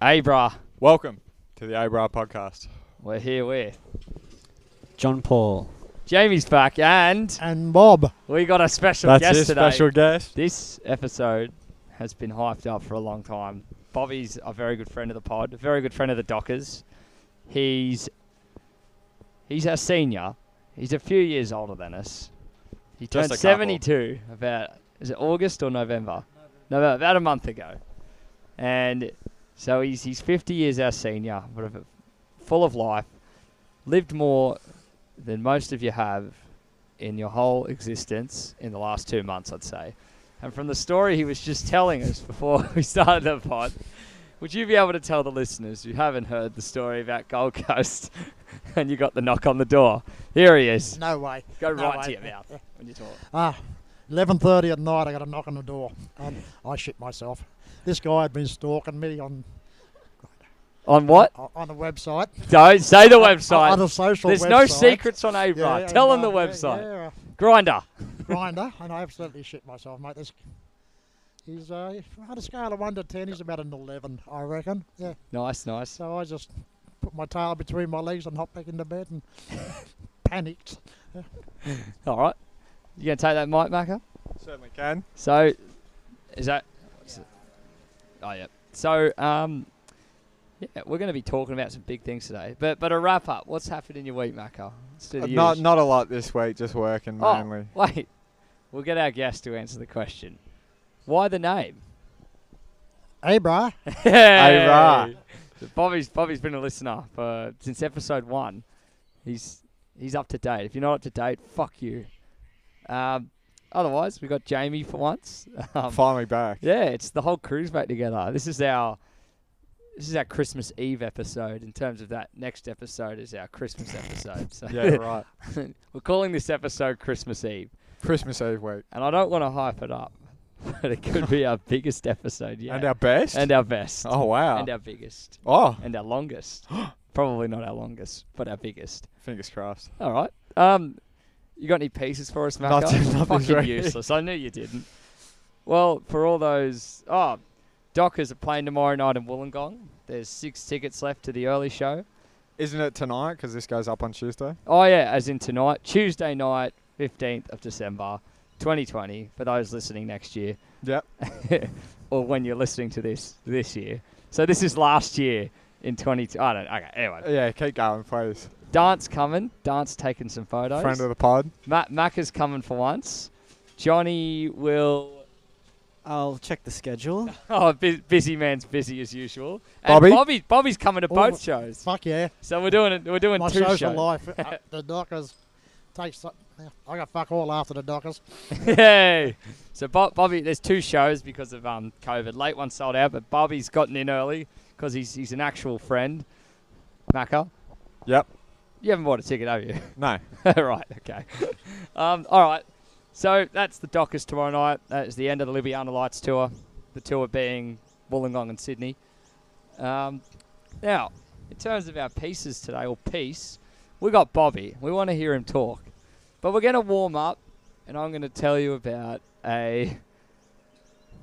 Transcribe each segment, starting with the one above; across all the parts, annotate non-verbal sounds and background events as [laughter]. Abra. Welcome to the Abra podcast. We're here with John Paul. Jamie's back, and and Bob. we got a special That's guest it, today. special guest. This episode has been hyped up for a long time. Bobby's a very good friend of the pod, a very good friend of the Dockers. He's he's our senior. He's a few years older than us. He Just turned a couple. 72 about is it August or November? No, no, about a month ago. And so he's he's 50 years our senior, but of- full of life, lived more than most of you have in your whole existence in the last two months, I'd say. And from the story he was just telling us before [laughs] we started the pod, would you be able to tell the listeners who haven't heard the story about Gold Coast [laughs] and you got the knock on the door? Here he is. No way. Go no right way. to your mouth when you talk. [laughs] Ah, 11.30 at night, I got a knock on the door. And I shit myself. This guy had been stalking me on uh, On what? on a website. Don't say the [laughs] On website. a social There's website. no secrets on Abra. Yeah, yeah, Tell them the no, yeah, website. Yeah, Grinder. grinder. And I absolutely shit myself, mate. This, he's uh, on a scale of 1 to 10, he's about an 11, I reckon. Yeah. Nice, nice. So I just put my tail between my legs and hopped back into bed and [laughs] panicked. All right. You going to take that mic, Macker? Certainly can. So, is that? is it- Oh yeah. So um, yeah, we're going to be talking about some big things today. But but a wrap up. What's happened in your week, Macca? Let's do the Not usual. not a lot this week, just working Oh, mainly. Wait, we'll get our guest to answer the question. Why the name? Abra. Hey-ra. Hey! Bobby's Bobby's been a listener for since episode one. He's he's up to date. If you're not up to date, fuck you. Um, otherwise, we got Jamie for once. [laughs] Um, Finally back. yeah, it's the whole crew's back together. This is our this is our Christmas Eve episode. In terms of that, next episode is our Christmas episode. So Yeah, [laughs] right. we're calling this episode Christmas Eve, Christmas Eve week. and I don't want to hype it up, [laughs] but it could be our biggest episode yet, And our best? and our best, oh, wow. and our biggest, oh, and our longest. [gasps] Probably not our longest, but our biggest. fingers crossed. All right. Um, you got any pieces for us, Mac? Nothing- nothing's Fucking ready. useless. I knew you [laughs] didn't. Well, for all those, oh, Dockers are playing tomorrow night in Wollongong. There's six tickets left to the early show. Isn't it tonight? Because this goes up on Tuesday. Oh yeah, as in tonight, Tuesday night, fifteenth of December, 2020. For those listening next year, Yep. or when you're listening to this this year. So this is last year in 20. I don't. Okay. Anyway, Yeah, keep going, please. dance coming. Dance taking some photos. Friend of the pod. Matt Mac is coming for once. Johnny will. [laughs] I'll check the schedule. Oh, bu- busy man's busy as usual. And Bobby? Bobby, Bobby's coming to Oh, both shows. Fuck yeah. So we're doing it. We're doing my two social shows. [laughs] life uh, the Dockers takes. so- yeah, I got fuck all after the Dockers. Yay! So Bob, Bobby, there's two shows because of um COVID. Late one sold out, but Bobby's gotten in early because he's he's an actual friend. Macca, Yep. you haven't bought a ticket, have you? No. [laughs] right, okay. um, all right. So that's the Dockers tomorrow night. That is the end of the Ljubljana Lights tour. The tour being Wollongong and Sydney. Um, now, in terms of our pieces today, or piece, we got Bobby. We want to hear him talk, but we're going to warm up, and I'm going to tell you about a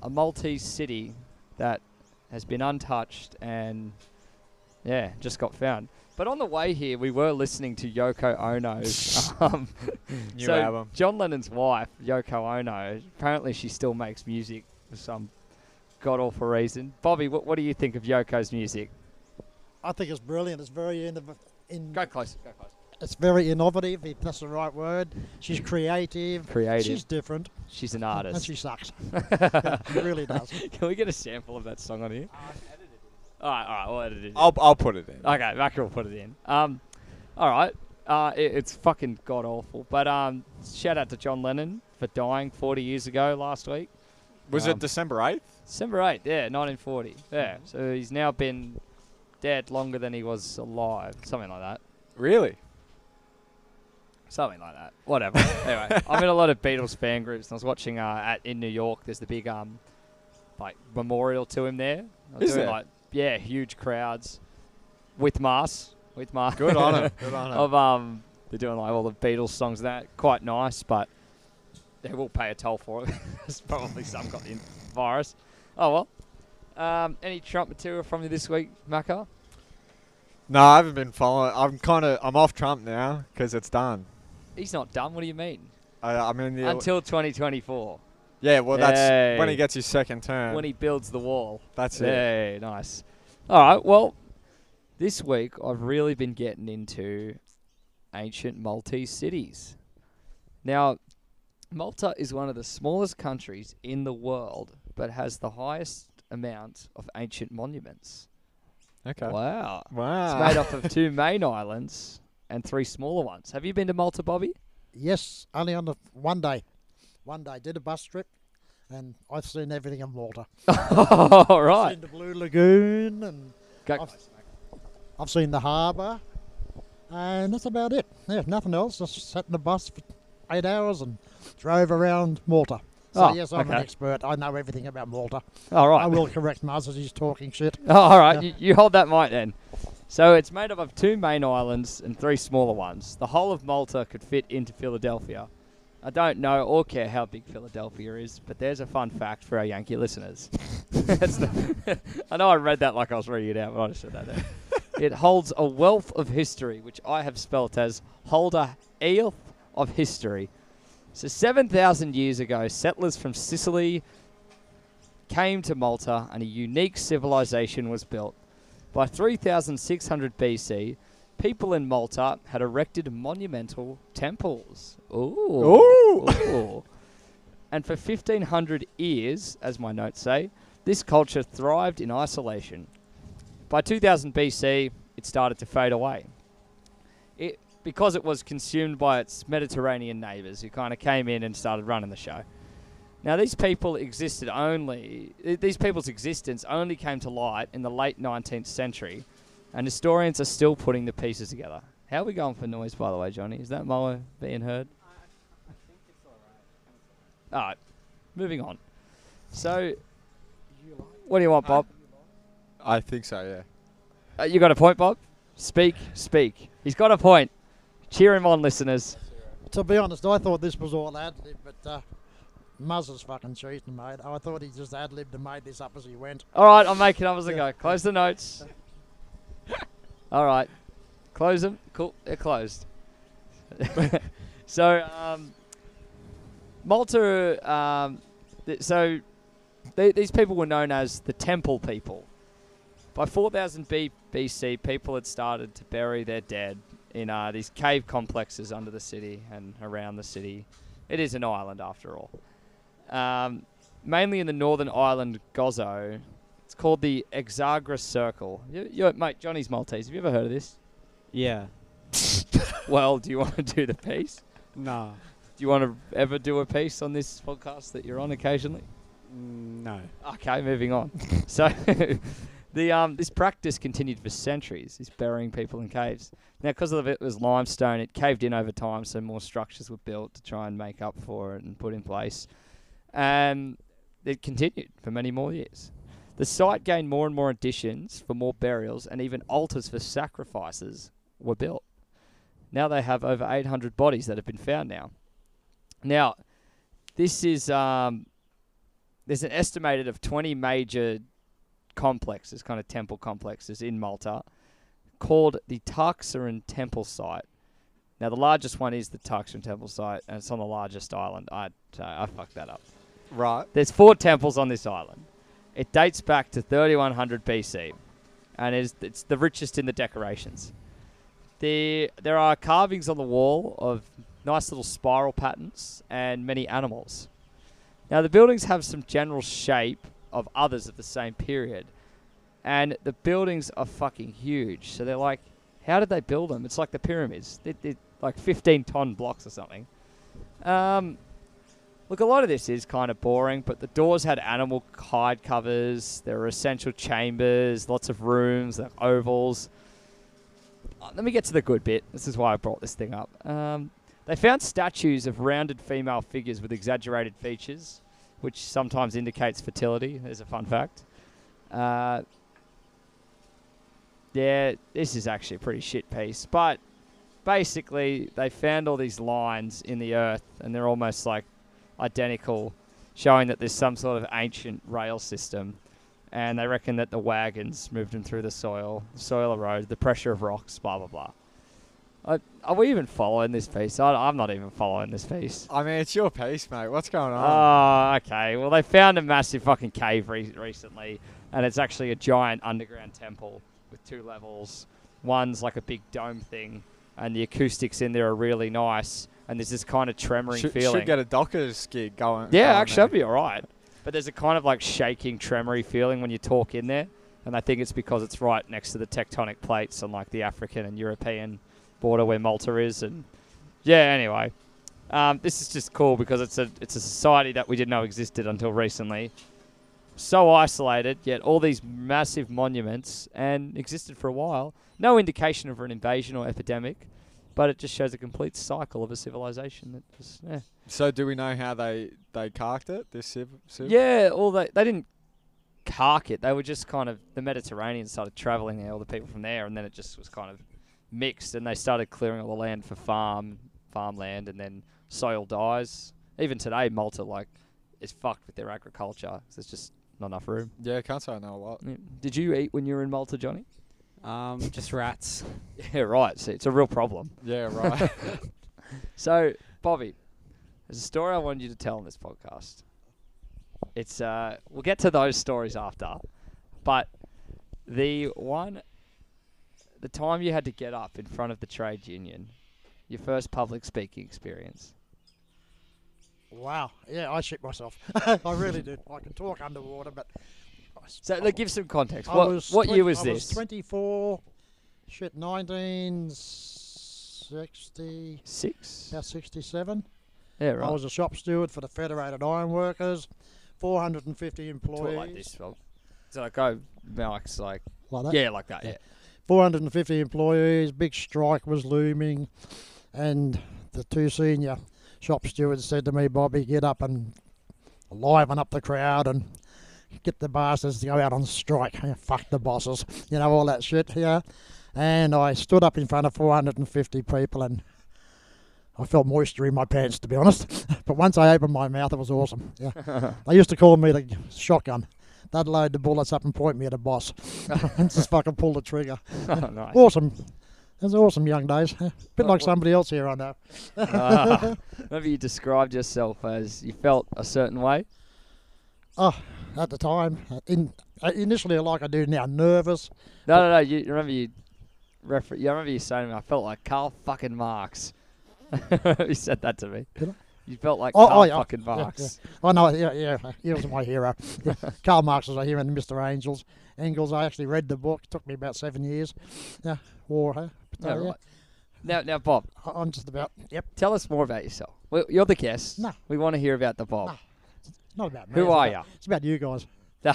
a Maltese city that has been untouched and yeah, just got found. But on the way here, we were listening to Yoko Ono's. [laughs] Um, New so album. John Lennon's wife, Yoko Ono, apparently she still makes music for some god awful reason. Bobby, what, what do you think of Yoko's music? I think it's brilliant. It's very innov- in, Go close. Go close. it's very innovative if that's the right word. She's creative. Creative. She's She's, different. an And artist. she sucks. she really does. [laughs] Can we get a sample of that song on here? all right, all right, we'll edit Uh, it. in. I'll, I'll put it in. Oh. Okay, Macca will put it in. Um, all right. Uh, it, it's fucking god awful. But um, shout out to John Lennon for dying 40 years ago last week. Was Um, it December 8th? December 8th, yeah, 1940. Yeah, so he's now been dead longer than he was alive. Something like that. Really? Something like that. [laughs] Whatever. anyway, I'm in a lot of Beatles fan groups, and I was watching uh, at in New York. There's the big um, like memorial to him there. I was Is doing, there? Like, yeah, huge crowds with masks. With masks. [laughs] Good on him. Good on him. of um they're doing like all the Beatles songs and that quite nice, but [laughs] they will pay a toll for it. There's probably some got the virus. Oh well. Um, any Trump material from you this week, Macca? No, I haven't been following. I'm kind of I'm off Trump now because it's done. He's not done. What do you mean? I, I mean, the, Until 2024, yeah. Well, that's when Hey. he gets his second term. when he builds the wall. that's it. Hey, nice. All right. Well, this week I've really been getting into ancient Maltese cities. Now, Malta is one of the smallest countries in the world, but has the highest amount of ancient monuments. Okay. Ah. Wow. It's Wow. made up of two main islands and three smaller ones. Have you been to Malta, Bobby? Yes, only on the one day. One day did a bus trip, and I've seen everything in Malta. All I've right. seen the Blue Lagoon, and Go, I've, I've seen the harbour, and that's about it. Yeah, nothing else. Just sat in the bus for eight hours and drove around Malta. So Oh, yes, I'm an okay. expert. I know everything about Malta. all right. I will correct Muzz as he's talking shit. Oh, [laughs] all right, Yeah. you, you hold that mic then. So it's made up of two main islands and three smaller ones. The whole of Malta could fit into Philadelphia. I don't know or care how big Philadelphia is, but there's a fun fact for our Yankee listeners. [laughs] That's the- [laughs] I know I read that like I was reading it out, but I just said that. There. it holds a wealth of history, which I have spelt as holder eilth of history. So 7,000 years ago, settlers from Sicily, came to Malta and a unique civilization was built. By 3600 BC, people in Malta had erected monumental temples. Ooh. Ooh. Ooh. and for 1500 years, as my notes say, this culture thrived in isolation. By 2000 BC, it started to fade away. It, because it was consumed by its Mediterranean neighbours who kind of came in and started running the show. Now, these people existed only, th- these people's existence only came to light in the late 19th century, and historians are still putting the pieces together. How are we going for noise, by the way, Johnny? Is that mower being heard? All right, moving on. So, what do you want, Bob? I think so. Yeah. Uh, you got a point, Bob? Speak, speak. He's got a point. Cheer him on, listeners. To be honest, I thought this was all ad lib, but uh, Muzz is fucking cheating, mate. I thought he just ad libbed and made this up as he went. All right, I'm making up as I Yeah. go. Close the notes. [laughs] All right, close them. Cool, they're closed. [laughs] so, um, Malta. Um, th- so, they, these people were known as the Temple people. By 4000 B- BC, people had started to bury their dead in uh, these cave complexes under the city and around the city. It is an island, after all. Um, mainly in the northern island Gozo. It's called the Exagra Circle. You, you, mate, Johnny's Maltese. Have you ever heard of this? Yeah. Well, do you want to do the piece? No. Do you want to ever do a piece on this podcast that you're on occasionally? No. Okay, moving on. so, [laughs] the um, this practice continued for centuries. Is burying people in caves. Now, because of it was limestone, it caved in over time, so more structures were built to try and make up for it and put in place. And it continued for many more years. The site gained more and more additions for more burials, and even altars for sacrifices were built. Now they have over 800 bodies that have been found now. Now, this is um, there's an estimated of 20 major complexes, kind of temple complexes in Malta, called the Tarxaran Temple Site. Now, the largest one is the Tarxaran Temple Site, and it's on the largest island. I, uh, I fucked that up. Right. There's four temples on this island. It dates back to 3100 BC, and is it's the richest in the decorations. There there are carvings on the wall of nice little spiral patterns and many animals. Now the buildings have some general shape of others of the same period, and the buildings are fucking huge. So they're like, how did they build them? It's like the pyramids. They, they're like 15 ton blocks or something. Um, Look, a lot of this is kind of boring, but the doors had animal hide covers. There were essential chambers, lots of rooms, like ovals. Uh, Let me get to the good bit. This is why I brought this thing up. Um, they found statues of rounded female figures with exaggerated features, which sometimes indicates fertility. There's a fun fact. Uh, yeah, this is actually a pretty shit piece, but basically, they found all these lines in the earth, and they're almost like identical, showing that there's some sort of ancient rail system. and they reckon that the wagons moved them through the soil, soil erode, the pressure of rocks, blah blah blah. I, are we even following this piece? I, I'm not even following this piece. I mean, it's your piece, mate. What's going on? Oh, okay. Well, they found a massive fucking cave re- recently, and it's actually a giant underground temple with two levels. One's like a big dome thing, and the acoustics in there are really nice. And there's this kind of tremoring should, feeling. should get a Dockers gig going. yeah, going actually, there. that'd be all right. But there's a kind of like shaking, tremory feeling when you talk in there, and I think it's because it's right next to the tectonic plates and like the African and European border where Malta is. And yeah, anyway, um, this is just cool because it's a it's a society that we didn't know existed until recently. So isolated, yet all these massive monuments and existed for a while. No indication of an invasion or epidemic, but it just shows a complete cycle of a civilization that just yeah. So, do we know how they they carked it? This civ? civ? Yeah, all they they didn't cark it. They were just kind of the Mediterranean started traveling there, all the people from there, and then it just was kind of mixed. And they started clearing all the land for farm farmland, and then soil dies. Even today, Malta like is fucked with their agriculture 'cause there's just not enough room. Yeah, can't say I know a lot. Yeah. Did you eat when you were in Malta, Johnny? Um, just rats. [laughs] Yeah, right. See, it's a real problem. [laughs] Yeah, right. So, Bobby, there's a story I wanted you to tell on this podcast. It's uh, we'll get to those stories after, but the one, the time you had to get up in front of the trade union, your first public speaking experience. Wow. Yeah, I shit myself. [laughs] I [laughs] really did. I can talk underwater, but. I s- So, I like, w- give some context. I What was what twen- year was I this? 24, shit, 1960, Six. about 67. Yeah, right. I was a shop steward for the Federated Iron Workers, 450 Talk employees. like this. Well, so I go, Mike's like, Like that? yeah, like that. Yeah. Yeah. [laughs] 450 employees, big strike was looming, and the two senior shop stewards said to me, Bobby, get up and liven up the crowd and get the bastards to go out on strike. Yeah, Fuck the bosses, you know, all that shit, yeah. And I stood up in front of 450 people and I felt moisture in my pants, to be honest. [laughs] But once I opened my mouth, it was awesome. Yeah. they used to call me the shotgun. They'd load the bullets up and point me at a boss [laughs] and just fucking pull the trigger. Oh, nice. [laughs] Awesome. It was awesome young days. [laughs] Bit Well, like well- somebody else here, I know. Ah, remember, you described yourself as you felt a certain way. Oh, at the time, uh, in uh, initially like I do now, nervous. No, no, no. You you remember you, refer- you remember you saying to me, I felt like Carl fucking Marx. [laughs] you said that to me. Did I? You felt like Oh, oh, Karl yeah, fucking yeah, yeah. Marx. I know, yeah, yeah, he was my [laughs] hero. Yeah. Karl Marx was a hero, and Mr. Angels, Engels. I actually read the book. took me about seven years. Yeah, war. Huh? But, No, uh, yeah, right. Now, now, Bob, I- I'm just about. Yep, tell us more about yourself. Well, you're the guest. No. We want to hear about the Bob. it's not about me. Who it's Oh, are about- It's about you guys.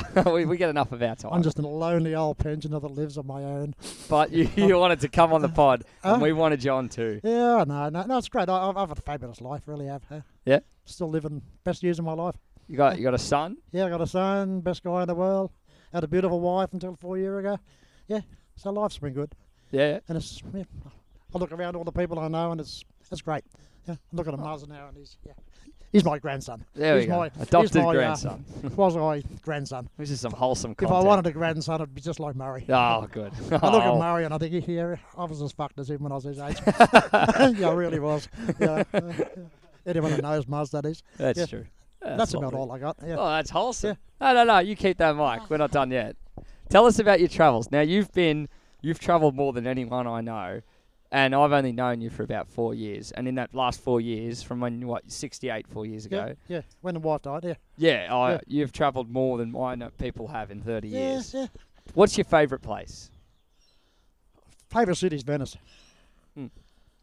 [laughs] we, we get enough of our time. I'm just a lonely old pensioner that lives on my own. but you, [laughs] you wanted to come on the pod, and Huh? we wanted you on too. Yeah, no, no, no. It's great. I, I've, I've had a fabulous life. Really have. Huh? Yeah. Still living best years of my life. You got you got a son. Yeah, I got a son, best guy in the world. Had a beautiful wife until four years ago. Yeah, so life's been good, Yeah. and it's. Yeah, I look around all the people I know, and it's it's great. Yeah, I look at him Muzz now, and he's yeah, he's [laughs] my grandson. There we He's go. my- he's Adopted my, uh, grandson. Was I grandson? this is some wholesome If content. I wanted a grandson, it'd be just like Murray. Oh, good. [laughs] I look at Oh. Murray and I think, yeah, I was as fucked as him when I was his [laughs] age. [laughs] yeah, I really was. Yeah. uh, Anyone that knows Muzz, that is. That's Yeah. true. That's, about lovely. all I got. Yeah. Oh, that's wholesome. No, no, no. You keep that mic. We're not done yet. Tell us about your travels. Now you've been, you've travelled more than anyone I know, and I've only known you for about four years. And in that last four years, from when what sixty-eight, four years yeah, ago, yeah. When the wife died, yeah. yeah, I, Yeah. you've travelled more than I know people have in thirty years. Yeah, yeah. What's your favourite place? Favorite city's Venice. Hmm.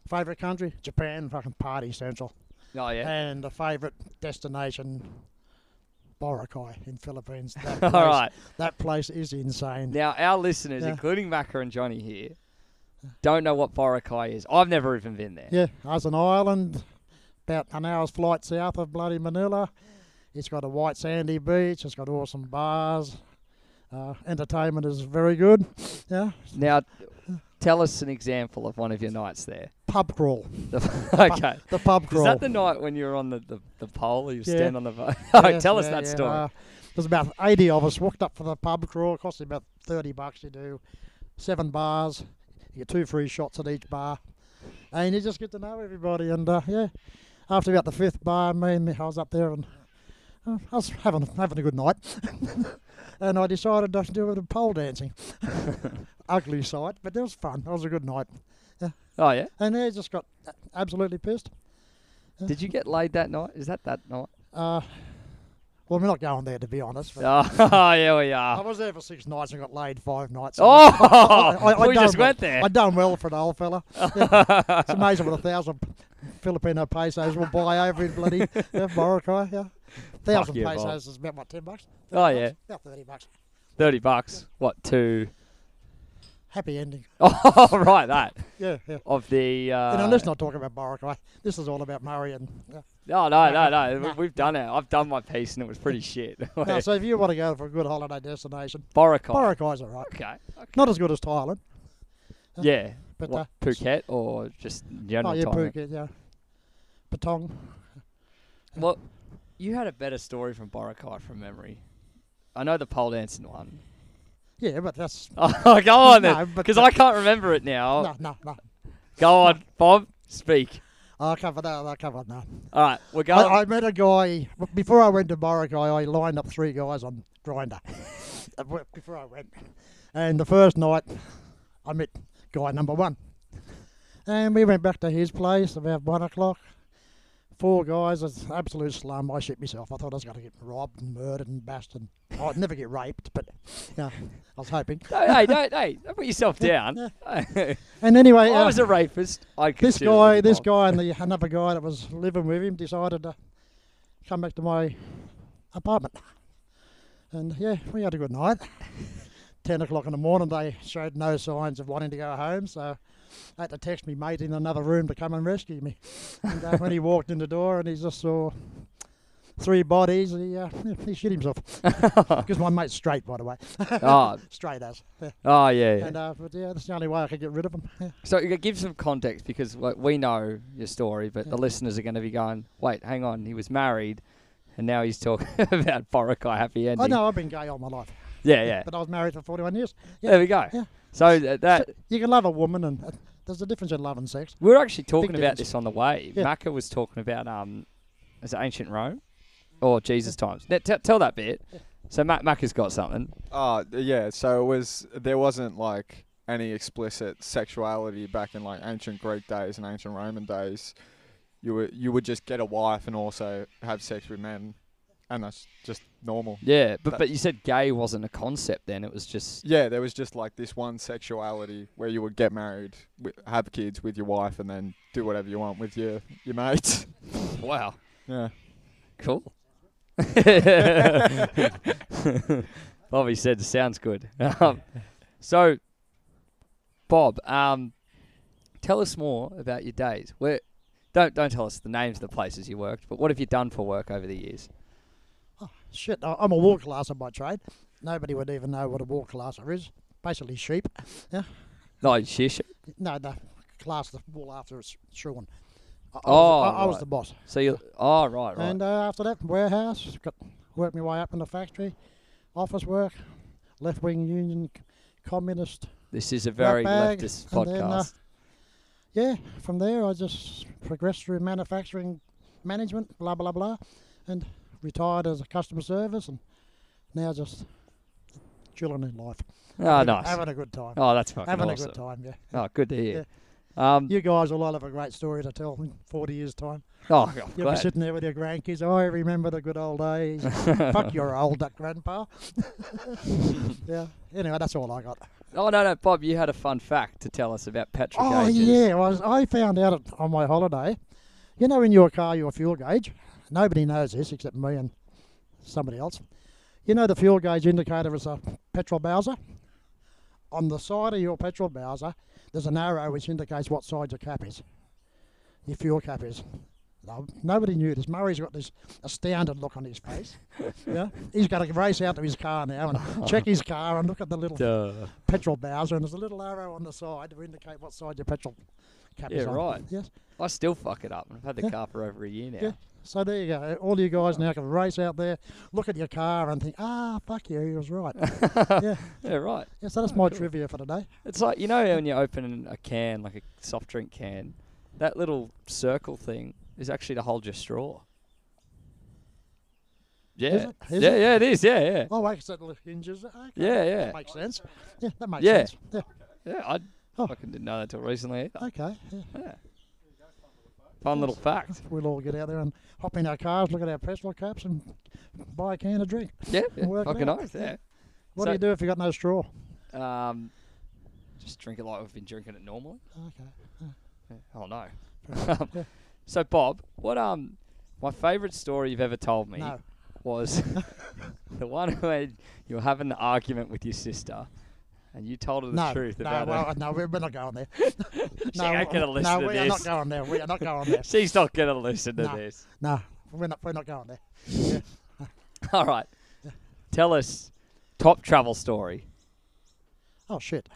Favorite country, Japan, fucking party central. Oh yeah. [laughs] And the favorite destination, Boracay [laughs] in Philippines. That all place, right. that place is insane. Now our listeners, Yeah. including Macca and Johnny here, don't know what Boracay is. I've never even been there. Yeah, as an island, about an hour's flight south of bloody Manila. It's got a white sandy beach. It's got awesome bars. Uh, entertainment is very good. Yeah, Now, tell us an example of one of your nights there. pub crawl. [laughs] okay. The pub Is crawl. that the night when you were on the, the, the pole or you Yeah. [laughs] stand on the pole? Yes, Tell us yeah, that yeah, story. uh, There's about 80 of us walked up for the pub crawl. It cost you about 30 bucks. You do seven bars. You get two free shots at each bar. And you just get to know everybody. And uh, yeah, after about the fifth bar, me and I was up there and uh, I was having, having a good night. [laughs] and I decided to do a bit of pole [laughs] dancing. Ugly sight, but it was fun. It was a good night. Oh yeah. And yeah, just got absolutely pissed. Did you get laid that night? Is that that [laughs] night? Uh, well, we're not going there to be honest. But Oh, [laughs] yeah, we I are. was there for six nights and got laid five nights. Oh, I- [laughs] I we done just well. went there. I done well for an [laughs] old fella. Yeah. It's amazing what a thousand Filipino pesos will buy over in bloody yeah, Boracay. Yeah, thousand yeah, Bob. pesos is about what ten bucks. Oh 30 yeah, bucks? about thirty bucks. thirty bucks. What two? [laughs] Happy ending. Oh right, that Yeah, yeah. of the. Uh, you know, let's not talk about Boracay. This is all about Murray and. [laughs] Yeah. oh, No, no, no, no. Nah. we- We've done it. I've done my piece and it was pretty shit. [laughs] No, so if you want to go for a good holiday destination, Boracay. Boracay's all right. Okay. Not as good as Thailand, Yeah. but What, uh, Phuket or just general oh yeah, Thailand? Phuket, yeah, Patong. Well, you had a better story from Boracay from memory. I know the pole dancing one. [laughs] Yeah, but that's Oh, go on No, then, but because the- I can't remember it now. no, no, no. Go on, Bob. Speak. I covered that. I covered that. All right, we're going. I, I met a guy b- before I went to Boracay. I lined up three guys on [laughs] Grinder before I went, and the first night I met guy number one, and we went back to his place about one o'clock. Four guys, it's absolute slum. I shit myself. I thought I was going to get robbed and murdered and bashed. And I'd never get raped, but you know, I was hoping. No, hey, don't, hey, don't put yourself down. And anyway, I uh, was a rapist. I this consider guy, it this wrong. guy, and the another guy that was living with him decided to come back to my apartment, and yeah, we had a good night. [laughs] Ten o'clock in the morning, they showed no signs of wanting to go home, so I had to text me mate in another room to come and rescue me. [laughs] And uh, when he walked in the door, and he just saw three bodies, he uh, [laughs] he shit himself [laughs] because my mate's straight, by the way, Oh, straight as. Yeah. oh yeah. yeah. And uh, but yeah, that's the only way I could get rid of him. Yeah. So you give some context because like, we know your story, but Yeah. the listeners are going to be going, "Wait, hang on, he was married, and now he's talking [laughs] about Boracay happy ending." I know I've been gay all my life. Yeah, yeah. But I was married for 41 years. yeah. There we go. Yeah. So th- that So you can love a woman, and uh, there's a difference in love and sex. we were actually talking about difference. this on the way. Yeah. Macca was talking about um, is it ancient Rome or Jesus times? Now, t- tell that bit. So Mac Macca's got something. Uh, yeah. So it was there wasn't like any explicit sexuality back in like ancient Greek days and ancient Roman days. You would you would just get a wife and also have sex with men, and that's just normal. Yeah, but That- but you said gay wasn't a concept then. It was just [laughs] Yeah, there was just like this one sexuality where you would get married, wi- have kids with your wife, and then do whatever you want with your your mates. [laughs] wow, Yeah. cool. Bobby said, "Sounds good." [laughs] Um, so, Bob, um, tell us more about your days. Where don't don't tell us the names of the places you worked, but what have you done for work over the years? Shit, I- I'm a wool classer by trade. Nobody would even know what a wool classer is. Basically, sheep. [laughs] No, shish. No, no, class the wool after it's shorn. I, I Oh, was, I, I was right. the boss. So you? Oh, right, right. And uh, after that, warehouse, got worked my way up in the factory, office work, left wing union, c- communist. this is a very bag, leftist and then, uh, podcast. Yeah, from there I just progressed through manufacturing management, blah blah blah, and retired as a customer service, and now just chilling in life. oh, Having- nice. having a good time. Oh, that's fucking having awesome. a good time, yeah. Oh, good to hear. Um, You guys will all have a great story to tell in 40 years' time. oh, I'm You'll be glad. sitting there with your grandkids. I remember the good old [laughs] days. Fuck your old grandpa. [laughs] yeah. Anyway, that's all I got. Oh no, no, Bob, you had a fun fact to tell us about petrol Oh gauges. yeah, I, was, I found out it- on my holiday. You know, in your car, your fuel gauge. Nobody knows this except me and somebody else. You know, the fuel gauge indicator is a petrol bowser. On the side of your petrol bowser, there's an arrow which indicates what side your cap is, your fuel cap is. No, nobody knew this. Murray's got this astounded look on his face. yeah, he's got to race out to his car now and check his car and look at the little petrol bowser, and there's a little arrow on the side to indicate what side your petrol cap Yeah, is on. right. Yes. I still fuck it up. I've had the Yeah. car for over a year now. Yeah. So there you go. All you guys now can race out there, look at your car, and think, ah, fuck you, he [laughs] was right. yeah. Yeah, right. yeah. So that's Oh, my cool. trivia for today. It's like you know when you open a can, like a soft drink can, that little circle thing is actually to hold your straw. Yeah. Is it? Is yeah, it? yeah, it is. Yeah, yeah. Oh, wait, so the hinges. Okay. Yeah, yeah. That makes sense. Yeah, that makes Yeah. sense. Yeah. Yeah, I Oh. fucking didn't know that till recently either. Okay. Yeah. Yeah. Fun little [laughs] fact. We'll all get out there and hop in our cars, look at our petrol caps, and buy a can of drink. Yeah, yeah Work it fucking out. oath, yeah. What So- do you do if you got no straw? Um, just drink it like we've been drinking it normally. Okay. Oh no. [laughs] Yeah. so Bob, what um, my favourite story you've ever told me No. was [laughs] the one where you were having the argument with your sister, and you told her the no, truth no, about well, her. no, we're, we're not [laughs] going there. She ain't gonna listen no, to we are this. not going there. We are not [laughs] going there. She's not gonna listen to No. this. [laughs] no, we're not. We're not going there. All right, tell us top travel story. Oh shit.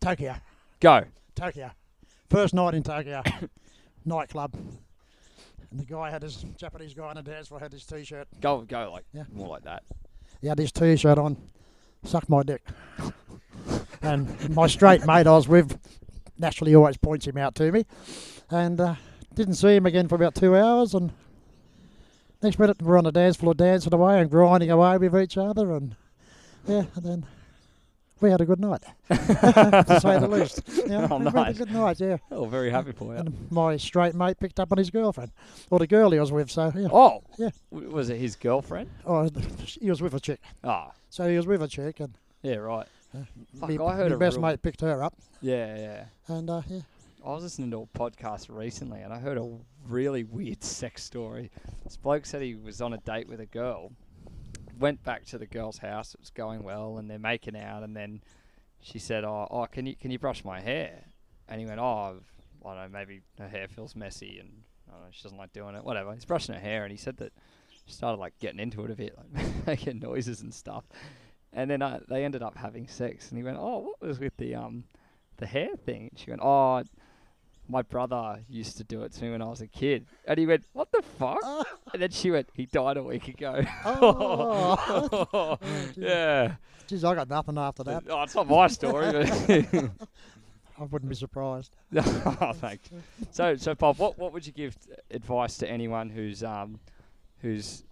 Tokyo, Go. Tokyo. First night in Tokyo, nightclub. And the guy had his Japanese guy on the dance floor had his t-shirt. Go, go, like Yeah. more like that. He had his t-shirt on. Suck my dick. [laughs] and my straight mate I was with naturally always points him out to me. And uh, didn't see him again for about two hours. And next minute we're on the dance floor dancing away and grinding away with each other. And yeah, and then we had a good night, [laughs] [laughs] to [laughs] say the least. Yeah, Oh, we had a nice. good night, yeah. Oh, very happy for you. And my straight mate picked up on his girlfriend, or the girl he was with. So yeah, [laughs] Oh, Yeah. W- was it his girlfriend? oh, he was with a chick. Ah, So he was with a chick, and yeah, right. Fuck, me- I heard me a best real- mate picked her up, Yeah, yeah. and uh, [laughs] yeah, I was listening to a podcast recently and I heard a really weird [laughs] sex story. This bloke said he was on a date with a girl, went back to the girl's house, it was going well, and they're making out. And then she said, Oh, oh can, you, can you brush my hair? And he went, Oh, I've, I don't know, maybe her hair feels messy and I don't know, she doesn't like doing it, whatever. He's brushing her hair and he said that she started like getting into it a bit, like [laughs] making noises and stuff. And then uh, they ended up having sex, and he went, "Oh, what was with the um, the hair thing?" And she went, "Oh, my brother used to do it to me when I was a kid. And he went, What the fuck? and then she went, He died a week ago. Oh. [laughs] yeah. Geez, I got nothing after that. Oh, it's not my story, but [laughs] I wouldn't be surprised. oh, thanks. So, so Bob, what, what would you give advice to anyone who's um, who's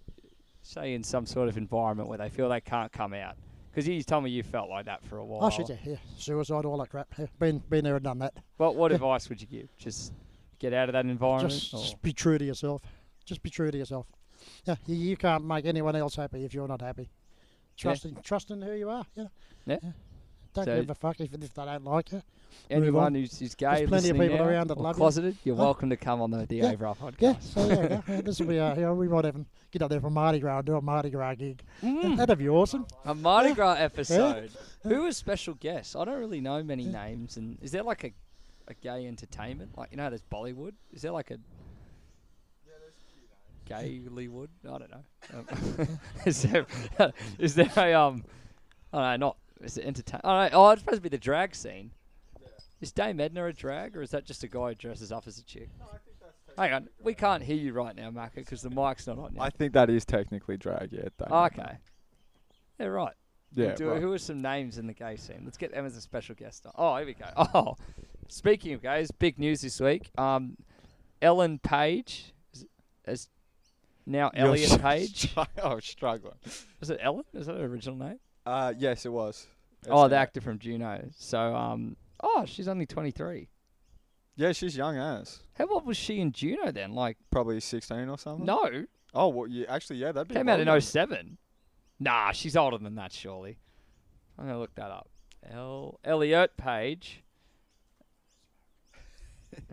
say in some sort of environment where they feel they can't come out? Because you told me you felt like that for a while. Oh shit, yeah, yeah, suicide, all that crap. Yeah, been been there and done that. But what Yeah. advice would you give? Just get out of that environment. Just, or- just be true to yourself. Just be true to yourself. Yeah, you, you can't make anyone else happy if you're not happy. Trust in trust in who you are. Yeah. Yeah. Don't So- give a fuck if, if they don't like you. Move on. anyone who's, who's gay, There's plenty of listening people now, around that or love you. closeted, you're Huh? welcome to come on the the Yeah. Avra podcast. Yeah. So there you go. yeah, this will be. Uh, yeah, we might even get up there for Mardi Gras and do a Mardi Gras gig. [laughs] Mm. That'd be awesome. A Mardi Gras episode. Who was special guest? I don't really know many names. And is there like a, a gay entertainment? Like you know, there's Bollywood. Is there like a Gaylywood? I don't know. Um, [laughs] is there is there a um? I don't know. Not is it entertain? I don't know. Oh, it's supposed to be the drag scene. Is Dame Edna a drag, or is that just a guy who dresses up as a chick? Hang on, we can't hear you right now, Maka, because the mic's not on. Now. I think that is technically drag. Yeah. don't Oh, you? okay. Yeah, right. We'll Yeah. do- right. Who are some names in the gay scene? Let's get them as a special guest. Oh, here we go. [laughs] Oh, speaking of gays, big news this week. Um, Ellen Page is, is now You're Elliot s- [laughs] Page. I was struggling. Is it Ellen? Is that her original name? Uh, yes, it oh, was. It's the in it. actor from Juno. So, um, oh, she's only 23. Yeah, she's young as How old was she in Juno then? Like, probably sixteen or something. no, Oh, well, yeah, actually, yeah, that'd be. came out well in young. 07. Nah, she's older than that, surely. I'm gonna look that up. El- Elliot Page. [laughs]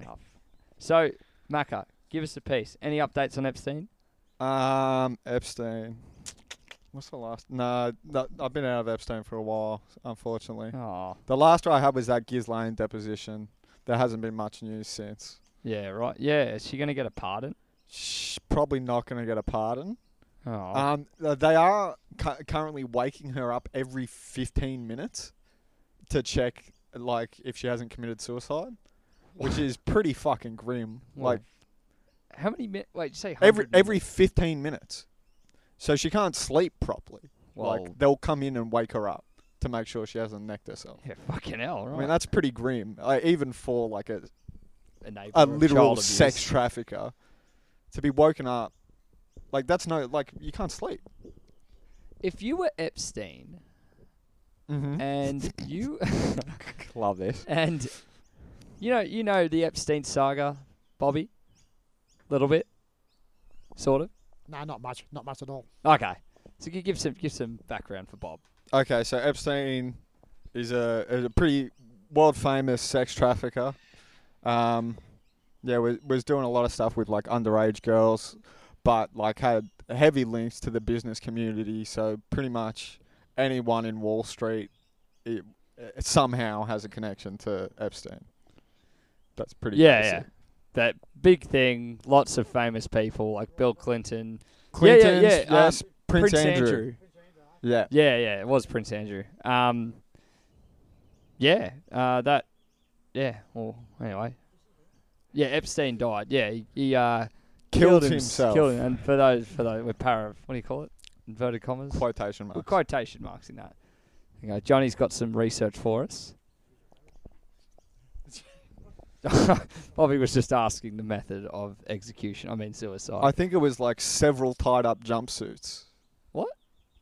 Oh, f- so, Maka, give us a piece. Any updates on Epstein? Um, Epstein. What's the last? No, no, I've been out of Epstein for a while, unfortunately. Oh, The last I had was that Ghislaine deposition. There hasn't been much news since. Yeah, right. Yeah, is she going to get a pardon? She's probably not going to get a pardon. Oh, Um, th- they are cu- currently waking her up every 15 minutes to check, like, if she hasn't committed suicide, [laughs] which is pretty fucking grim. Yeah. Like, how many minutes? Wait, did you say every 100 every minutes? 15 minutes, so she can't sleep properly. Well- Like, they'll come in and wake her up to make sure she hasn't necked herself. Yeah, fucking hell, right? I mean, that's pretty grim, like, even for like a, Enabler a of literal child abuse. sex trafficker to be woken up. Like, that's no like you can't sleep. If you were Epstein Mm-hmm. [laughs] and you Love this. and you know you know the Epstein saga, Bobby, little bit, sort of. No, not much. Not much at all. Okay, so you give some give some background for Bob. Okay, so Epstein is a is a pretty world famous sex trafficker. Um, yeah, was was doing a lot of stuff with like underage girls, but like had heavy links to the business community. So pretty much anyone in Wall Street, it, it somehow has a connection to Epstein. That's pretty. Yeah, basic. yeah. That big thing, lots of famous people like Bill Clinton. Yeah, yeah, Clinton's, yeah, um, yes, Prince, Andrew. Yeah. Yeah, yeah, it was Prince Andrew. Um, yeah, uh, that, yeah. Well, anyway, yeah, Epstein died. Yeah, he, he uh, Killed him- himself. Killed him. And for those, for those, with para, what do you call it? Inverted commas. Quotation Well, marks. quotation marks in that. You know, Johnny's got some research for us. [laughs] Bobby was just asking the method of execution. I mean, suicide. I think it was like several tied up jumpsuits. What?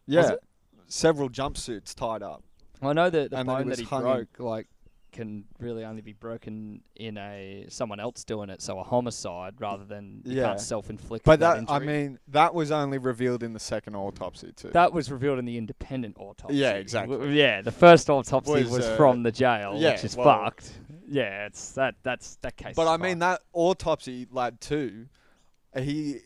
Yeah. it? Several jumpsuits tied up. I know that the And then it bone was that he hung in- broke, like, can really only be broken in a someone else doing it, so a homicide rather than you Yeah. can't self-inflict. But that, I injury. mean, that was only revealed in the second autopsy too. that was revealed in the independent autopsy. Yeah, W- exactly. yeah, the first autopsy was, Was, uh, from the jail, yeah, which is well- fucked. Yeah, it's that that's that case. but is I mean, fucked. that autopsy lad too. He,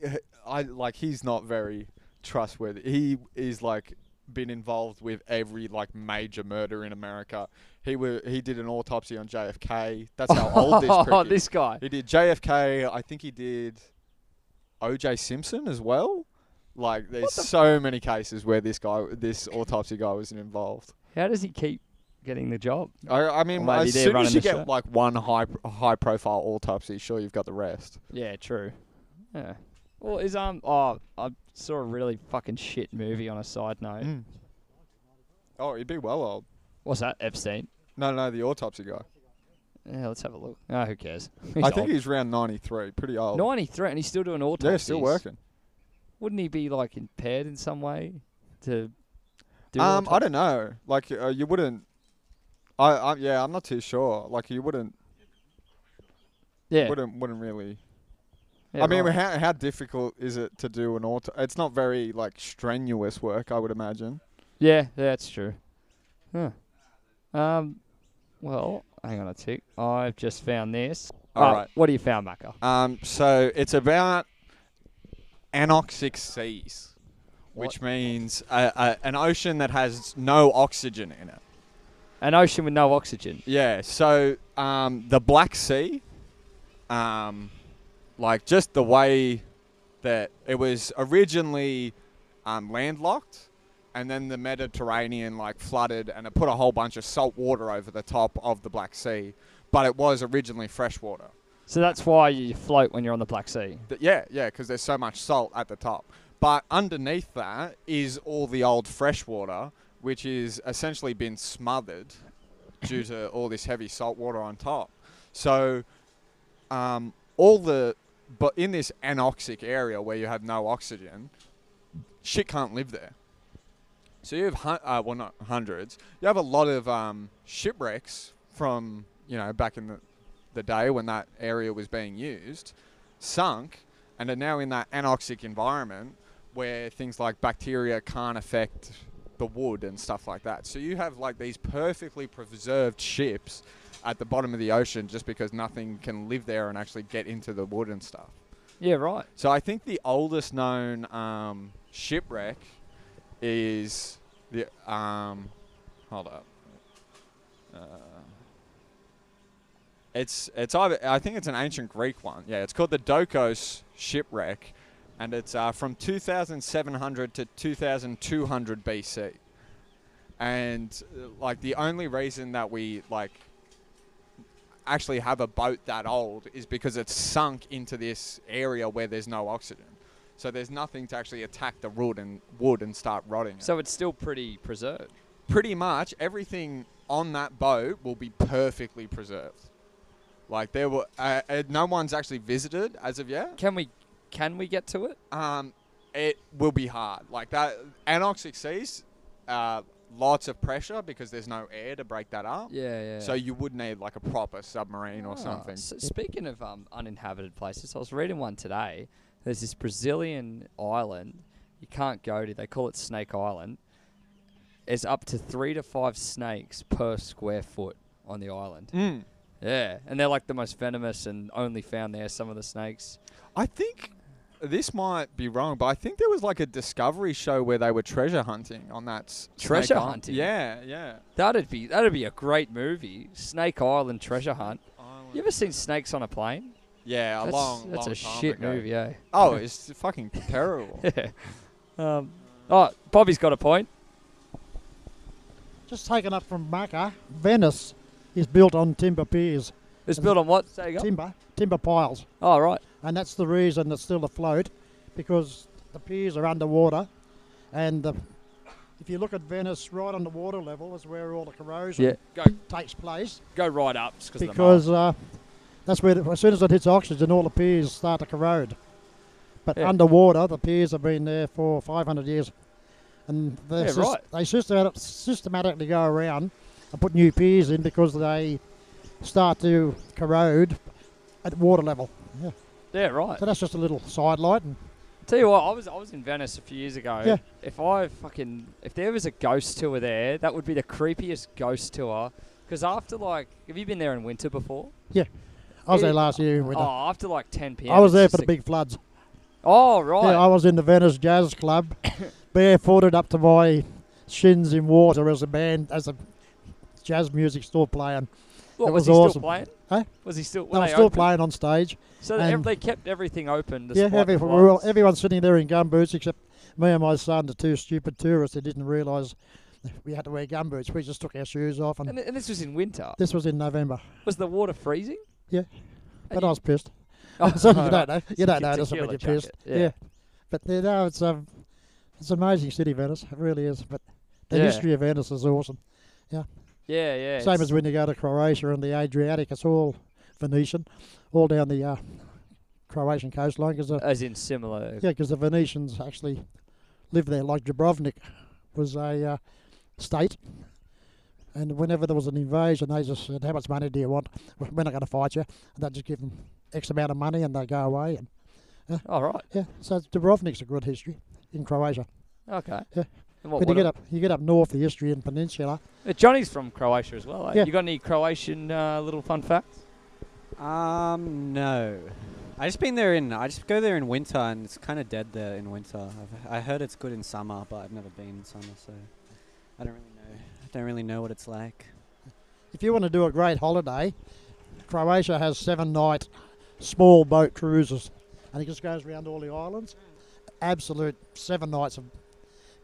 I like, he's not very trustworthy. He is like been involved with every like major murder in America. He were he did an autopsy on JFK. That's how old this prick [laughs] oh, is. this guy. He did JFK. I think he did O.J. Simpson as well. Like, there's so many cases where this guy, this autopsy guy, was involved. How does he keep getting the job? I, I mean, Well, maybe as they're soon running as you the get show. like one high high profile autopsy, sure you've got the rest. Yeah, true. Yeah. Well, is um oh I saw a really fucking shit movie on a side note. Mm. Oh, he'd be well old. What's that? Epstein. No, no, the autopsy guy. Yeah, let's have a look. Oh, who cares? [laughs] He's I think old. he's around ninety three, pretty old. 93 and he's still doing autopsies. yeah, still working. Wouldn't he be like impaired in some way to do um, I autopsies? don't know. Like, uh, you wouldn't. I, I, yeah, I'm not too sure. Like, you wouldn't, Yeah. wouldn't, wouldn't really. yeah, I mean, right. how how difficult is it to do an auto? It's not very like strenuous work, I would imagine. yeah, yeah, that's true. Huh. Um, well, hang on a tick. I've just found this. All Oh, right. What do you found, Maka? Um, so it's about anoxic seas, which means a, a, an ocean that has no oxygen in it. An ocean with no oxygen. Yeah. So um, the Black Sea, um, like just the way that it was originally um, landlocked, and then the Mediterranean like flooded and it put a whole bunch of salt water over the top of the Black Sea, but it was originally freshwater. So that's why you float when you're on the Black Sea. Th- Yeah, yeah, because there's so much salt at the top. But underneath that is all the old freshwater, which is essentially been smothered due to all this heavy salt water on top. So, um, all the but in this anoxic area where you have no oxygen, shit can't live there. So you have hun- uh, well not hundreds. You have a lot of um, shipwrecks from you know back in the, the day when that area was being used, sunk, and are now in that anoxic environment where things like bacteria can't affect the wood and stuff like that. So you have like these perfectly preserved ships at the bottom of the ocean just because nothing can live there and actually get into the wood and stuff. Yeah, right. So I think the oldest known um, shipwreck is the um, hold up. Uh, It's it's either I think it's an ancient Greek one. Yeah, it's called the Dokos shipwreck, and it's uh, from 2,700 to 2,200 BC. And uh, like the only reason that we like actually have a boat that old is because it's sunk into this area where there's no oxygen. So there's nothing to actually attack the wood and wood and start rotting. it So it's still pretty preserved. pretty much everything on that boat will be perfectly preserved. Like there were, uh, uh, no one's actually visited as of yet. Can we can we get to it? Um, it will be hard. Like that, anoxic seas, uh, lots of pressure because there's no air to break that up. Yeah, yeah. So you would need like a proper submarine or Ah, something. s- speaking of um, uninhabited places, I was reading one today. There's this Brazilian island you can't go to. They call it Snake Island. There's up to three to five snakes per square foot on the island. Mm. Yeah, and they're like the most venomous and only found there. Some of the snakes. I think this might be wrong, but I think there was like a discovery show where they were treasure hunting on that s- Snake Treasure Island. hunting? Yeah, yeah. That'd be that'd be a great movie. Snake Island treasure hunt. You ever seen snakes on a plane? Yeah, a that's, long, That's long a time shit ago. movie. eh? [laughs] Oh, it's fucking terrible. Yeah. um, oh, Bobby's got a point. Just taken up from Macca, Venice is built on timber piers, It's built on what? Say again? timber timber piles, Oh, right. and that's the reason it's still afloat, because the piers are underwater, and the, if you look at Venice, right on the water level is where all the corrosion Yeah. Go takes place. go right up just of the because uh, that's where the, as soon as it hits oxygen, all the piers start to corrode. But Yeah. underwater, the piers have been there for 500 years, and they, Yeah, sys- right. they systemat- systematically go around and put new piers in because they start to corrode at water level. Yeah. Yeah, right. So that's just a little sidelight. And Tell you what, I was I was in Venice a few years ago. Yeah. If I fucking if there was a ghost tour there, that would be the creepiest ghost tour. Because after like, have you been there in winter before? I was It- there last year in winter. Oh, after like 10 p.m. I was it's there just for the a- big floods. Oh right. Yeah, I was in the Venice Jazz [coughs] Club, barefooted up to my shins in water as a band, as a jazz music still playing. what, that was, was he awesome. still playing? Huh? Was he still? They were were they still open? playing on stage. So they- and- they kept everything open. yeah, despite the every- we were all- floods. everyone's sitting there in gumboots except me and my son, the two stupid tourists that didn't realise we had to wear gumboots. We just took our shoes off, and, And, th- and this was in winter. this was in November. Was the water freezing? Yeah. And But you- I was pissed. [laughs] [laughs] Oh, so you right. don't know. You don't your notice it when tequila you're pissed. jacket, Yeah. yeah. But you know, it's um, it's an amazing city, Venice. It really is. But the Yeah. history of Venice is awesome. Yeah, yeah. Same it's- as when you go to Croatia and the Adriatic, it's all Venetian, all down the uh, Croatian coastline. Cause the, as in similar. yeah, 'cause the Venetians actually lived there. Like Dubrovnik was a uh, state, and whenever there was an invasion, they just said, "How much money do you want? We're we're not going to fight you." And they just give them X amount of money, and they go away. And All right. yeah, so Dubrovnik's a good history in Croatia. Okay. Yeah. And what, when what you get up, you get up north, the history in Peninsula. Uh, Johnny's from Croatia as well. Eh? Yeah. You got any Croatian uh, little fun facts? Um, no. I just been there in. I just go there in winter, and it's kind of dead there in winter. I've, I heard it's good in summer, but I've never been in summer, so I don't really know. I don't really know what it's like. If you want to do a great holiday, Croatia has seven night small boat cruises, and it just goes around all the islands. Absolute seven nights of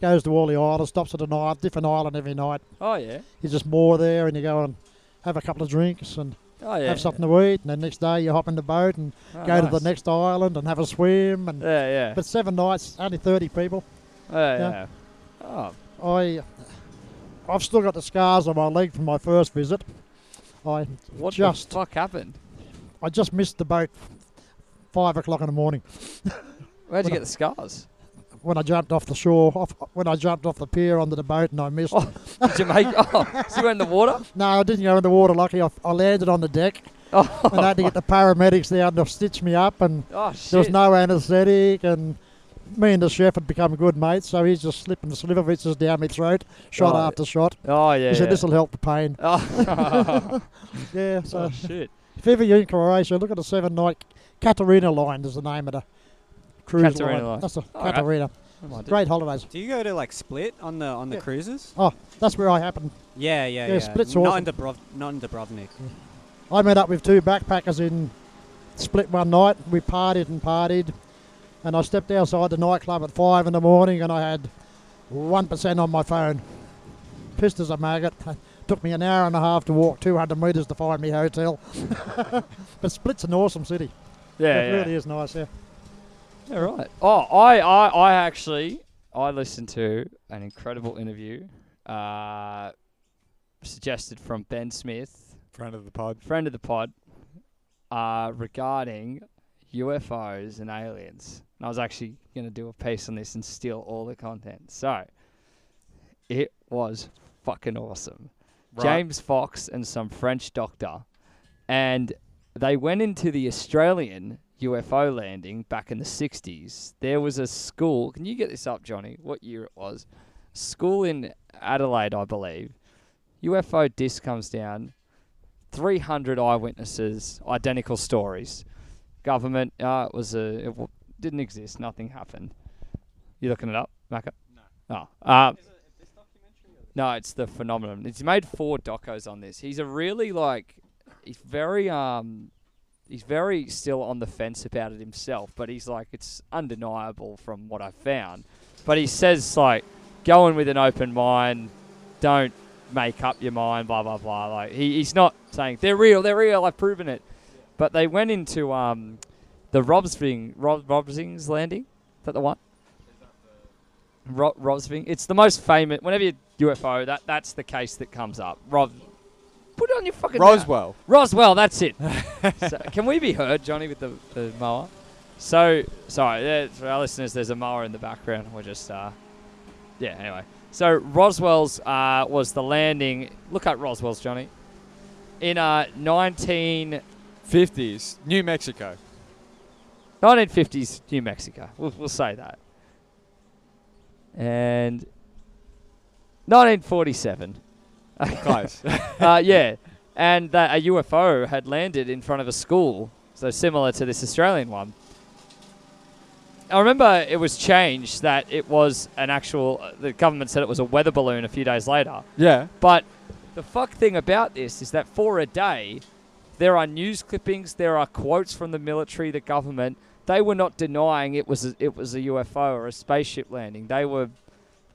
goes to all the islands, stops at an island, different island every night. Oh yeah. You just moor there, and you go and have a couple of drinks and Oh yeah. have something to eat, and then next day you hop in the boat and Oh, go to nice. the next island and have a swim. And Yeah, yeah. but seven nights, only thirty people. yeah, yeah. yeah. Oh, I I've still got the scars on my leg from my first visit. I what Just- the fuck happened? I just missed the boat five o'clock in the morning Where'd you What get the [laughs] scars? when I jumped off the shore, off, when I jumped off the pier onto the boat and I missed. Oh. Did you make? Oh, so you went in the water? No, I didn't go in the water, lucky. I, I landed on the deck Oh, and I had to get the paramedics down to stitch me up and oh shit. there was no anaesthetic and me and the chef had become good mates, so he's just slipping slivovitses down my throat, shot Right. after shot. Oh yeah. he said, yeah. this will help the pain. [laughs] Oh. [laughs] Yeah, so oh shit. if ever you're in Croatia, look at the seven night Katarina line, is the name of the cruise Katarina line. That's a right. Katarina. I might do- Great holidays. Do you go to like Split on the on the Yeah. cruises? Oh, that's where I happened. Yeah, yeah, yeah. Yeah, Split's not awesome. in Dubrov, not in Dubrovnik. I met up with two backpackers in Split one night. We partied and partied, and I stepped outside the nightclub at five in the morning, and I had one percent on my phone. Pissed as a maggot. [laughs] Took me an hour and a half to walk 200 metres to find me hotel. [laughs] but Split's an awesome city. Yeah, it yeah. really is nice. Yeah. Yeah, right. Oh, I, I, I actually, I listened to an incredible interview, uh, suggested from Ben Smith, Friend of the pod. friend of the pod, uh, regarding UFOs and aliens. And I was actually going to do a piece on this and steal all the content. So, it was fucking awesome. James Fox and some French doctor, and they went into the Australian UFO landing back in the 60s. There was a school. Can you get this up, Johnny? What year it was? School in Adelaide, I believe. UFO disc comes down. 300 eyewitnesses, identical stories. Government, uh, it was a, it w- didn't exist. Nothing happened. You looking it up, Macca? No. Oh. Uh, no, it's the phenomenon. He's made four docos on this. He's a really like, he's very um, he's very still on the fence about it himself. But he's like, it's undeniable from what I found. But he says like, go in with an open mind. Don't make up your mind. Blah blah blah. Like he, he's not saying they're real. They're real. I've proven it. But they went into um, the Robsving Rob, Robsving's landing. Is that the one? Ro- Rosving. It's the most famous. Whenever you UFO, that that's the case that comes up. Ros, put it on your fucking. Roswell. Roswell. That's it. so, can we be heard, Johnny, with the, the mower? So sorry there- for our listeners. There's a mower in the background. We're just uh, yeah. Anyway, so Roswell's uh, was the landing. Look at Roswell's, Johnny. In uh, 19, 50s. New Mexico. 1950s New Mexico. We'll, we'll say that. And 1947. [laughs] Close. uh, yeah, and that a UFO had landed in front of a school, so similar to this Australian one. I remember it was changed that it was an actual. The government said it was a weather balloon a few days later. [laughs] yeah. But the fuck thing about this is that for a day, there are news clippings, there are quotes from the military, the government. They were not denying it was a, it was a UFO or a spaceship landing. They were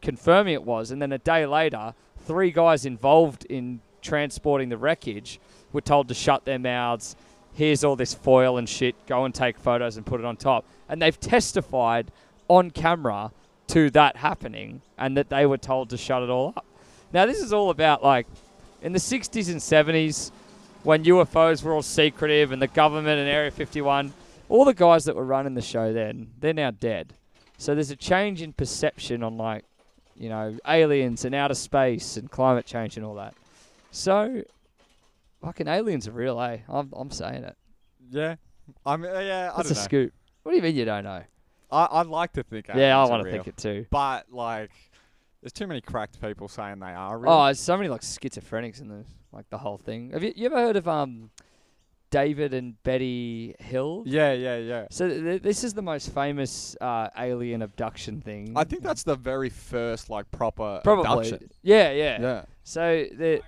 confirming it was, and then a day later, three guys involved in transporting the wreckage were told to shut their mouths. Here's all this foil and shit. Go and take photos and put it on top. And they've testified on camera to that happening, and that they were told to shut it all up. Now, this is all about like in the 60s and 70s when UFOs were all secretive and the government and Area 51, all the guys that were running the show then, they're now dead. So there's a change in perception on like, you know, aliens and outer space and climate change and all that. So fucking aliens are real, eh? I'm, I'm saying it. Yeah. I'm, uh, yeah, I That's don't a know. scoop. What do you mean you don't know? I, I'd like to think yeah, I aliens are want to real. think it too. But, like, there's too many cracked people saying they are real. Oh, there's so many like schizophrenics in the like the whole thing. Have you, you ever heard of um David and Betty Hill? [laughs] yeah, yeah, yeah. So th- th- this is the most famous uh, alien abduction thing. I think that's the very first, like, proper probably. abduction. Yeah, yeah, Yeah. So the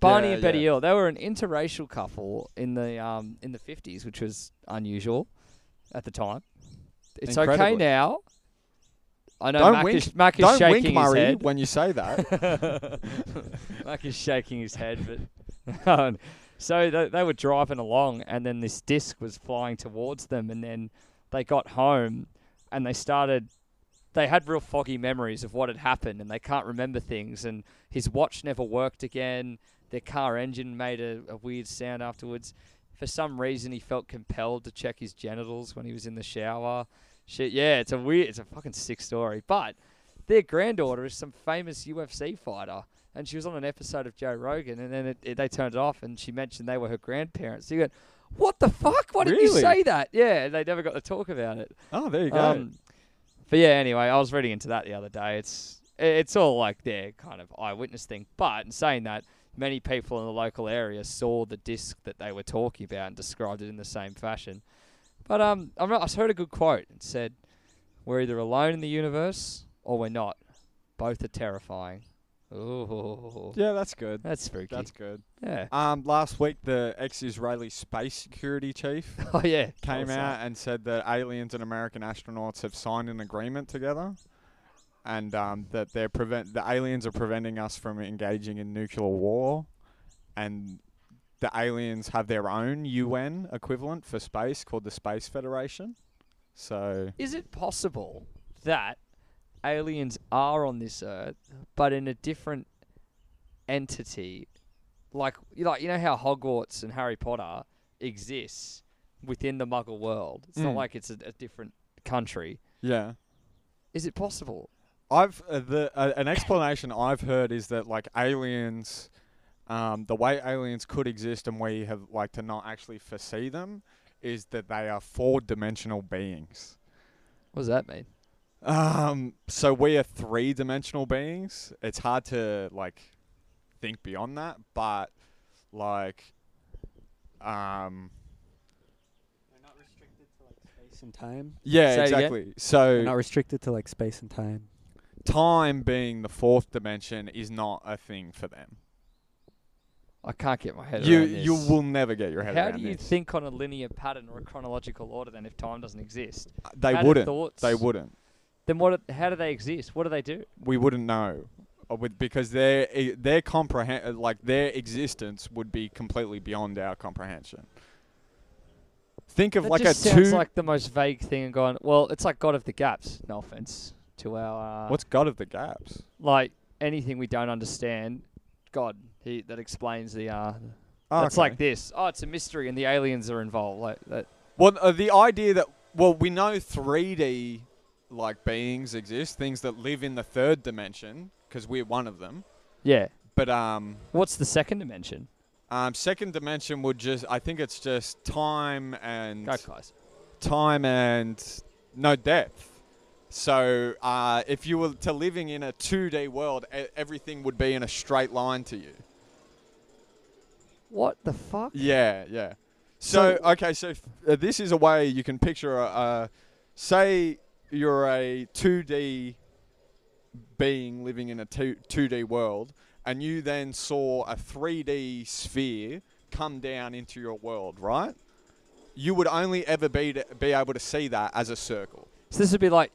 Barney Yeah, and Betty yeah. Hill, they were an interracial couple in the um in the fifties, which was unusual at the time. It's okay Incredibly. now. I know Don't Mac wink- is, Mac is Don't shaking wink, his Murray, head. when you say [laughs] that. Mac is shaking his head, but [laughs] um, so they, they were driving along, and then this disc was flying towards them, and then they got home, and they started. They had real foggy memories of what had happened, and they can't remember things. And his watch never worked again. Their car engine made a, a weird sound afterwards. For some reason, he felt compelled to check his genitals when he was in the shower. Shit, yeah, it's a weird, it's a fucking sick story. But their granddaughter is some famous UFC fighter, and she was on an episode of Joe Rogan, and then it, it, they turned it off, and she mentioned they were her grandparents. So you went, "What the fuck? Why didn't you Really? say that?" Yeah, and they never got to talk about it. oh, there you go. Um, but yeah, anyway, I was reading into that the other day. It's i- it's all like their kind of eyewitness thing. But in saying that, many people in the local area saw the disc that they were talking about and described it in the same fashion. But um, I'm not, I heard a good quote. It said, "We're either alone in the universe or we're not. Both are terrifying." Oh, Yeah, that's good. that's spooky. That's good. yeah. [laughs] Um, last week the ex-Israeli space security chief Oh yeah. came What's out that? and said that aliens and American astronauts have signed an agreement together, and um, that they're prevent the aliens are preventing us from engaging in nuclear war, and the aliens have their own UN equivalent for space called the Space Federation. So Is it possible that aliens are on this earth, but in a different entity? Like, you like you know how Hogwarts and Harry Potter exists within the Muggle world. It's not Mm. like it's a, a different country. yeah. Is it possible? I've uh, the uh, an explanation I've heard is that like aliens, um, the way aliens could exist and we have like to not actually foresee them, is that they are four dimensional beings. What does that mean? Um, so we are three dimensional beings. It's hard to like think beyond that, but like, um, They're not restricted to like space and time. yeah, Say it again? exactly. So They're not restricted to like space and time. time being the fourth dimension is not a thing for them. I can't get my head You around this. you will never get your head How around do you this. think on a linear pattern or a chronological order then if time doesn't exist? They Pattern wouldn't. Thoughts, They wouldn't. Then what? How do they exist? What do they do? We wouldn't know, Uh, with because their i- their comprehend like their existence would be completely beyond our comprehension. Think of That like a just two. sounds like the most vague thing and gone. Well, it's like God of the Gaps. No offense to our uh, What's God of the Gaps? like anything we don't understand. God, he that explains the. Uh, Oh, That's okay. like this. Oh, it's a mystery and the aliens are involved. Like that. Well, uh, the idea that well, we know three D like beings exist, things that live in the third dimension because we're one of them. Yeah. But um, What's the second dimension? um, second dimension would just I think it's just time and Go, guys. time and no depth. So uh, if you were to living in a 2D world, e- everything would be in a straight line to you. What the fuck? Yeah, yeah. So, okay, so f- uh, this is a way you can picture a, a say you're a 2D being living in a two, 2D world and you then saw a 3D sphere come down into your world, right? You would only ever be to, be able to see that as a circle. So this would be like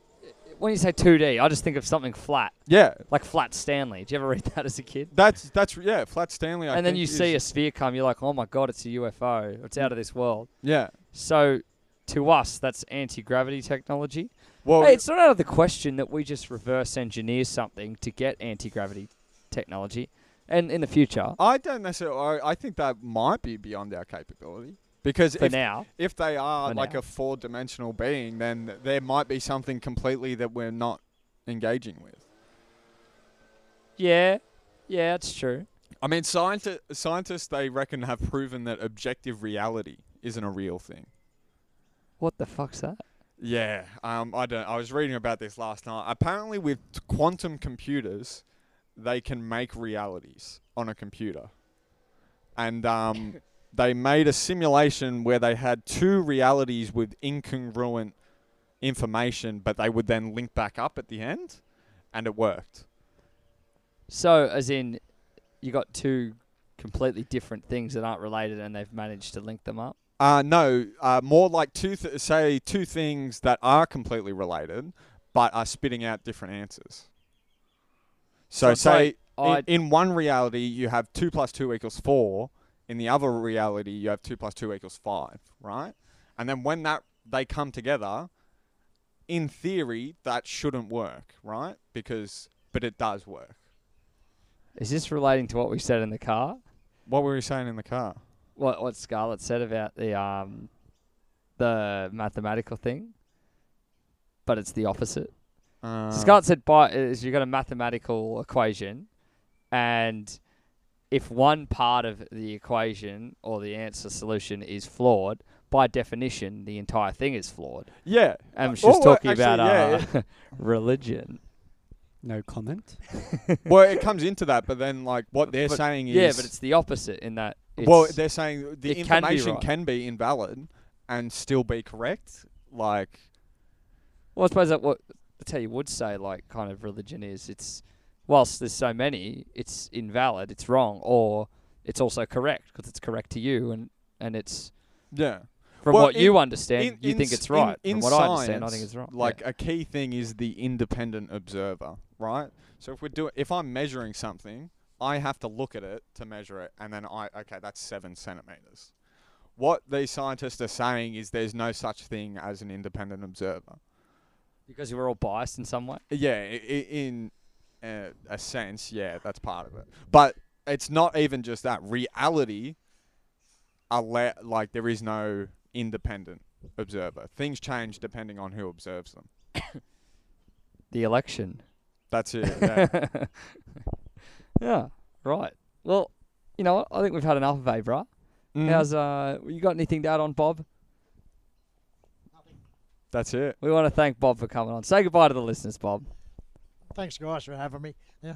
when you say 2D. I just think of something flat, Yeah, like Flat Stanley. Did you ever read [laughs] that as a kid? That's that's yeah, Flat Stanley. I and then think you is- see a sphere come, you're like, oh my god, it's a UFO. It's out of this world. yeah. So to us, that's anti gravity technology. Well, hey, it's not out of the question that we just reverse engineer something to get anti gravity technology. And in the future, I don't necessarily. I, I think that might be beyond our capability because for if now, if they are For like now. a four dimensional being, then there might be something completely that we're not engaging with. yeah, yeah, it's true. I mean, scientists scientists they reckon have proven that objective reality isn't a real thing. What the fuck's that? Yeah, um, I don't. I was reading about this last night. Apparently, with quantum computers, they can make realities on a computer, and um, [laughs] they made a simulation where they had two realities with incongruent information, but they would then link back up at the end, and it worked. So, as in, you got two completely different things that aren't related, and they've managed to link them up. Uh, no, uh, more like two th- say two things that are completely related, but are spitting out different answers. So, So it's say like, I- in, in one reality you have two plus two equals four, in the other reality you have two plus two equals five, right? And then when that they come together, in theory that shouldn't work, right? Because but it does work. Is this relating to what we said in the car? What were we saying in the car? what what Scarlett said about the um the mathematical thing, but it's the opposite. Uh, so Scarlett said by is you got a mathematical equation, and if one part of the equation or the answer solution is flawed, by definition, the entire thing is flawed. yeah, And she oh, was well, talking actually, about yeah, uh, [laughs] religion. No comment. well, it comes into that, but then like what they're But- saying is Yeah, but it's the opposite in that. It's, well, they're saying the it can be information right. can be invalid and still be correct. Like Well, I suppose that what that's how you would say like kind of religion is. It's whilst there's so many, it's invalid, it's wrong, or it's also correct because it's correct to you and and it's Yeah. from Well, what you in- understand, In- you in think s- it's right. In, in from what I understand, I think science, it's wrong. Like a key thing is the independent observer, right? So if we're doing, if I'm measuring something, I have to look at it to measure it, and then I okay, that's seven centimeters. What these scientists are saying is there's no such thing as an independent observer. because you were all biased in some way. Yeah, i- i- in uh, a sense, yeah, that's part of it. But it's not even just that. Reality, alle- like there is no independent observer. Things change depending on who observes them. The [laughs] election. That's it. Yeah. yeah. Right. Well, you know what? I think we've had enough of Abra. Mm, How's uh? You got anything to add on, Bob? that's it. We want to thank Bob for coming on. Say goodbye to the listeners, Bob. Thanks, guys, for having me. [laughs] Yeah.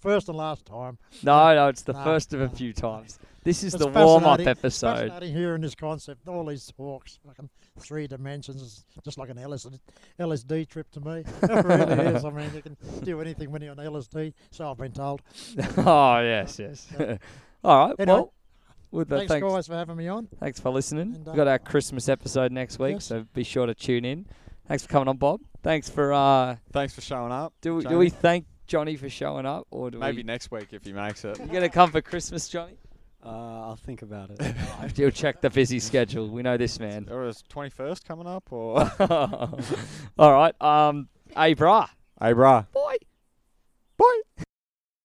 First and last time. No, no, it's the No, first of a no. few times. This is It's the warm up fascinating. It's episode. fascinating hearing this concept. All these talks, fucking three dimensions, is just like an LSD, LSD trip to me. [laughs] It really is. I mean, you can do anything when you're on LSD, so I've been told. [laughs] oh yes, yes. [laughs] All right. Anyway, well, with that, thanks, thanks, guys, for having me on. thanks for listening. And, We've got uh, our Christmas episode next week, Yes. so be sure to tune in. Thanks for coming on, Bob. Thanks for uh. Thanks for showing up. Do we, do Johnny. we thank Johnny for showing up, or do Maybe we? next week if he makes [laughs] it. You gonna come for Christmas, Johnny? Uh, I'll think about it. He'll check the [laughs] busy schedule. We know this man. [laughs] Or is 21st coming up? Or All right. Um. Hey, brah. hey, brah. Boy.